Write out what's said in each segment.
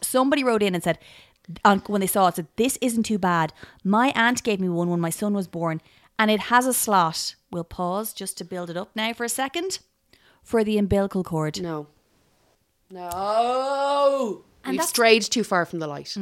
somebody wrote in and said on, when they saw it, said this isn't too bad. My aunt gave me one when my son was born, and it has a slot. We'll pause just to build it up now for a second for the umbilical cord. No. No. And We've that's- Mm-hmm. strayed too far from the light.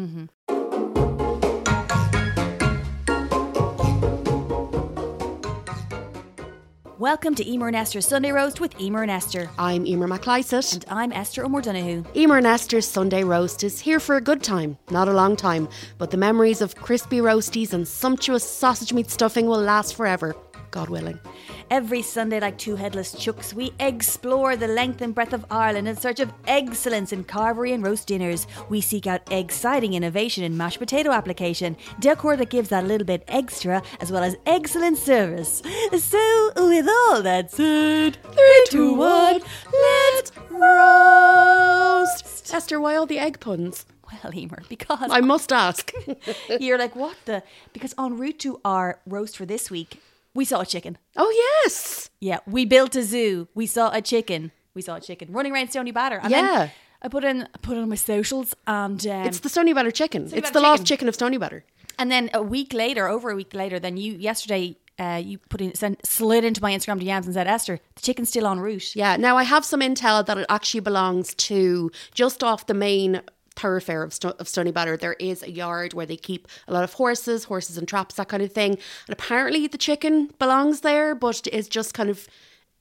Welcome to Emer and Esther's Sunday Roast with Emer and Esther, I'm Emer MacLysett. and I'm Esther O'More Donoghue. Emer and Esther's Sunday roast is here for a good time, not a long time, but the memories of crispy roasties and sumptuous sausage meat stuffing will last forever, God willing. Every Sunday, like two headless chooks, we explore the length and breadth of Ireland in search of excellence in carvery and roast dinners. We seek out exciting innovation in mashed potato application, decor that gives that little bit extra, as well as excellent service. So, with all that said, three, two, one, let's roast. Esther, why all the egg puns? Well, Emer, because I must ask. you're like, what the? Because en route to our roast for this week, we saw a chicken. oh, yes. Yeah, we built a zoo. We saw a chicken. We saw a chicken running around Stony Batter. And then Yeah. I put in I put it on my socials and um, It's the Stony Butter chicken. it's Batter the lost chicken. chicken of Stony Butter. and then a week later, over a week later, then you yesterday uh, you put in sent, slid into my Instagram DMs and said, Esther, the chicken's still en route. Yeah. Now I have some intel that it actually belongs to just off the main thoroughfare of, Sto- of Stony Batter. There is a yard where they keep a lot of horses, horses and traps, that kind of thing. And apparently the chicken belongs there, but is just kind of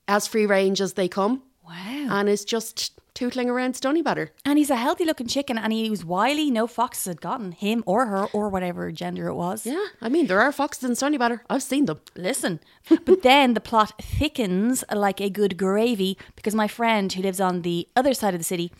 as free range as they come, Wow. and is just tootling around Stony Batter. And he's a healthy looking chicken and he was wily. No foxes had gotten him or her or whatever gender it was. Yeah. I mean, there are foxes in Stony Batter. I've seen them. Listen. But then the plot thickens like a good gravy because my friend who lives on the other side of the city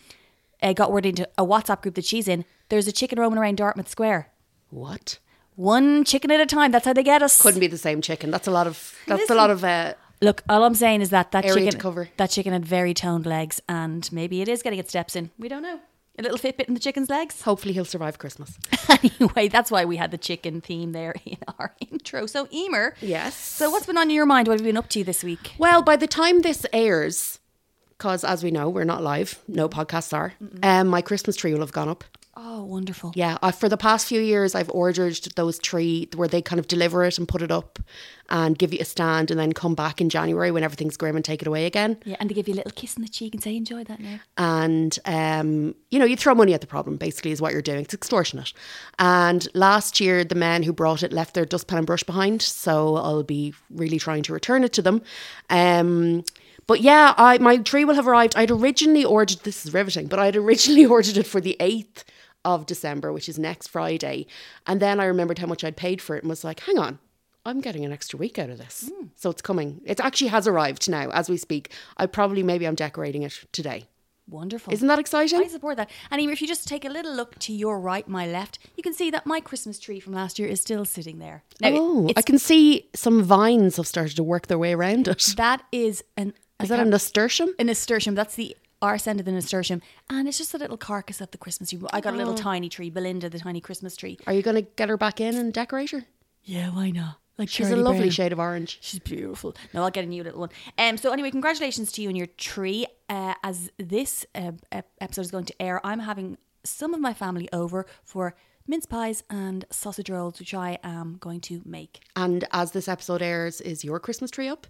uh, got word into a WhatsApp group that she's in. There's a chicken roaming around Dartmouth Square. What? One chicken at a time. That's how they get us. Couldn't be the same chicken. That's a lot of. That's a lot of. Uh, Look, all I'm saying is that that Area to chicken cover. that chicken had very toned legs and maybe it is getting its steps in. We don't know. A little Fitbit in the chicken's legs. hopefully, he'll survive Christmas. anyway, that's why we had the chicken theme there in our intro. So Emer, Yes. So what's been on your mind? What have you been up to this week? Well, by the time this airs, because as we know, we're not live, no podcasts are, um, my Christmas tree will have gone up. Oh, wonderful. Yeah, I, for the past few years, I've ordered those tree where they kind of deliver it and put it up and give you a stand and then come back in January when everything's grim and take it away again. Yeah, and they give you a little kiss on the cheek and say, enjoy that now. and um, you know you throw money at the problem basically is what you're doing it's extortionate and last year the men who brought it left their dustpan and brush behind so i'll be really trying to return it to them um, but yeah I, my tree will have arrived i'd originally ordered this is riveting but i'd originally ordered it for the 8th of december which is next friday and then i remembered how much i'd paid for it and was like hang on I'm getting an extra week out of this. So it's coming. It actually has arrived now as we speak. I probably, maybe I'm decorating it today. Wonderful. Isn't that exciting? I support that. And Emer, if you just take a little look to your right, my left, you can see that my Christmas tree from last year is still sitting there. Now, oh, I it's, can see some vines have started to work their way around it. Is that is an I that a can't- nasturtium? a nasturtium. That's the arse end of the nasturtium, and it's just a little carcass of the Christmas tree. I got a little tiny tree, Belinda, the tiny Christmas tree. Are you going to get her back in and decorate her? Yeah, why not? Like She's a lovely shade of orange. She's beautiful. No, I'll get a new little one. Um, so anyway, congratulations to you and your tree. Uh, as this uh, ep- episode is going to air, I'm having some of my family over for mince pies and sausage rolls, which I am going to make. And as this episode airs, is your Christmas tree up?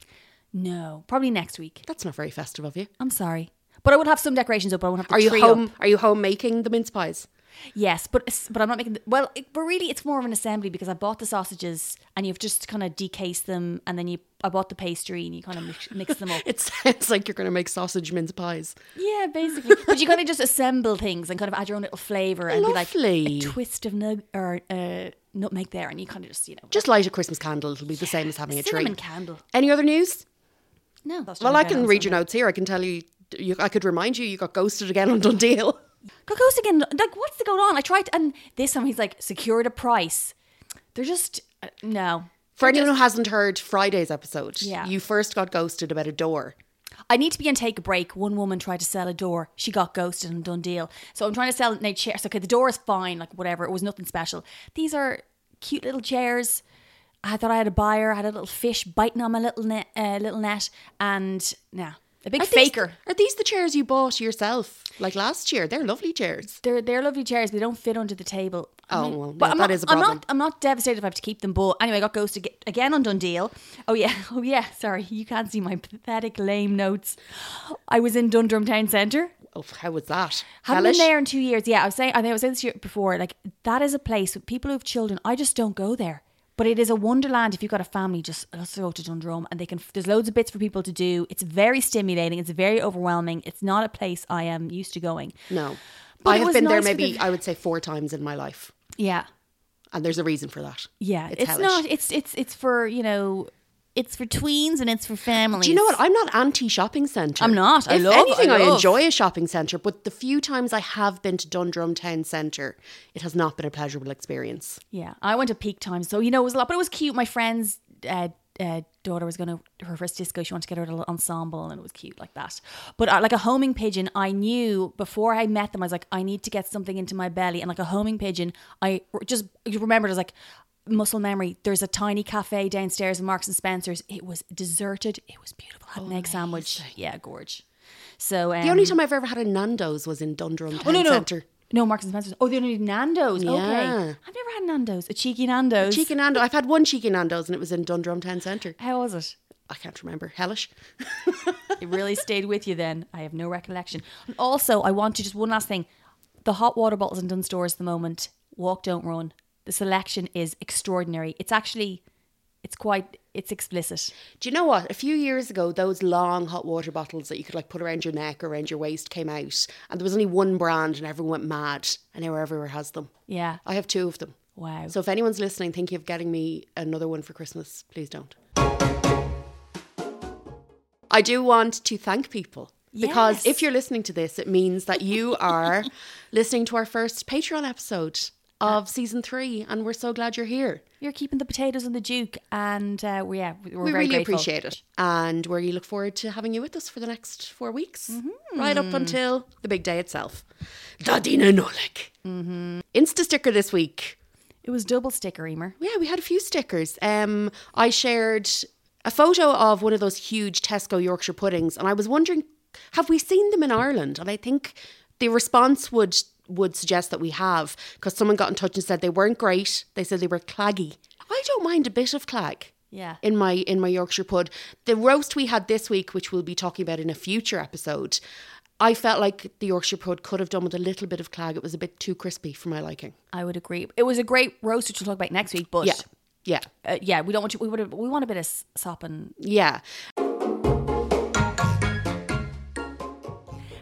No, probably next week. That's not very festive of you. I'm sorry, but I will have some decorations up. but I won't have the Are you tree home? up. Are you home making the mince pies? Yes, but it's- but I'm not making. The, well, it, but really, it's more of an assembly because I bought the sausages and you've just kind of decased them, and then you I bought the pastry and you kind of mix, mix them up. It sounds like you're going to make sausage mince pies. Yeah, basically. but you kind of just assemble things and kind of add your own little flavour and be Lovely. like a twist of nug or uh, nutmeg there, and you kind of just you know Just light a Christmas candle. It'll be the same as having a tree. cinnamon candle. Any other news? No, that's Well, I can read your notes here. I can tell you. you I could remind you. You got ghosted again on Dundee. Hill. Go ghost again. Like, what's the going on? I tried, and this time he's like secured a price. They're just uh, no. For anyone who hasn't heard Friday's episode, Yeah. you first got ghosted about a door. I need to be and take a break. One woman tried to sell a door. She got ghosted and done deal. So I'm trying to sell now chairs. Okay, the door is fine, like whatever. It was nothing special. These are cute little chairs. I thought I had a buyer. I had a little fish biting on my little net, uh, little net, and nah, A big Are these- faker. are these the chairs you bought yourself like last year? They're lovely chairs. They're they're lovely chairs, but they don't fit under the table. Oh, mean, well, Mm-hmm. but no, I'm that not, is a I'm problem. not I'm not devastated if I have to keep them. But anyway, I got ghosted ag- again on Dundee. Oh yeah, oh yeah. Sorry, you can't see my pathetic lame notes. I was in Dundrum Town Centre. Oh, how was that? Haven't been Hellish? there in two years. Yeah, I was saying. I think I was saying this year before. Like that is a place with people who have children. I just don't go there. But it is a wonderland if you've got a family. Just let's go to Dundrum, and they can. There's loads of bits for people to do. It's very stimulating. It's very overwhelming. It's not a place I am used to going. No. But I it have was been there nice for maybe, the- I would say, four times in my life. Yeah, And there's a reason for that. Yeah, It's it's, hellish. not. It's it's it's for you know, it's for tweens and it's for families. Do you know what? I'm not anti shopping centre. I'm not. I if love- I anything, I, love. enjoy a shopping centre. But the few times I have been to Dundrum Town Centre, it has not been a pleasurable experience. yeah, I went to peak time, so you know it was a lot, but it was cute. My friend's uh, uh, daughter was going to her first disco. She wanted to get her a little ensemble, and it was cute like that. But uh, like a homing pigeon, I knew before I met them, I was like, I need to get something into my belly, and like a homing pigeon, I r- just remembered. I was like. Muscle memory. There's a tiny cafe downstairs in Marks and Spencer's. It was deserted. It was beautiful. Had an egg sandwich. Yeah, gorge. So um, The only time I've ever had a Nando's was in Dundrum Town Oh no no Centre. no Marks and Spencers. Oh, they only need Nando's. Okay, Yeah. I've never had Nando's. A cheeky Nando's. Cheeky Nando. I've had one Cheeky Nando's and it was in Dundrum Town Centre. How was it? I can't remember. Hellish. It really stayed with you then. I have no recollection. And also, I want to just one last thing. The hot water bottles in Dunstores at the moment. Walk, don't run. The selection is extraordinary. It's actually, it's quite, it's explicit. Do you know what? A few years ago, those long hot water bottles that you could like put around your neck, around your waist, came out, and there was only one brand, and everyone went mad. And now everywhere has them. Yeah. I have two of them. Wow. So if anyone's listening, thinking of getting me another one for Christmas, please don't. I do want to thank people because Yes. if you're listening to this, it means that you are listening to our first Patreon episode of season three, and we're so glad you're here. You're keeping the potatoes on the Duke, and uh, we- yeah, we're We very really grateful. appreciate it. And we really look forward to having you with us for the next four weeks, Mm-hmm. right up until the big day itself. Dadina Nolik. Mm-hmm. Insta sticker this week. It was double sticker, Emer. Yeah, we had a few stickers. Um, I shared a photo of one of those huge Tesco Yorkshire puddings, and I was wondering, have we seen them in Ireland? And I think the response would would suggest that we have, because someone got in touch and said they weren't great. They said they were claggy. I don't mind a bit of clag. Yeah. In my in my Yorkshire pud, the roast we had this week, which we'll be talking about in a future episode, I felt like the Yorkshire pud could have done with a little bit of clag. It was a bit too crispy for my liking. I would agree. It was a great roast, which we'll talk about next week. But Yeah, yeah. uh, yeah, we don't want you, we would we want a bit of s- sopping. Yeah.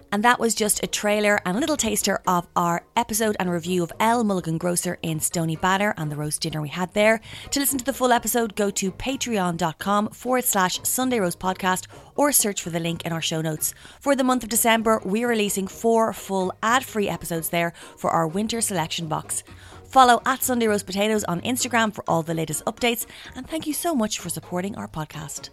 And that was just a trailer and a little taster of our episode and review of L Mulligan Grocer in Stony Banner and the roast dinner we had there. To listen to the full episode, go to patreon.com forward slash Sunday Roast Podcast or search for the link in our show notes. For the month of December, we're releasing four full ad free episodes there for our winter selection box. Follow at Sunday Roast Potatoes on Instagram for all the latest updates, and thank you so much for supporting our podcast.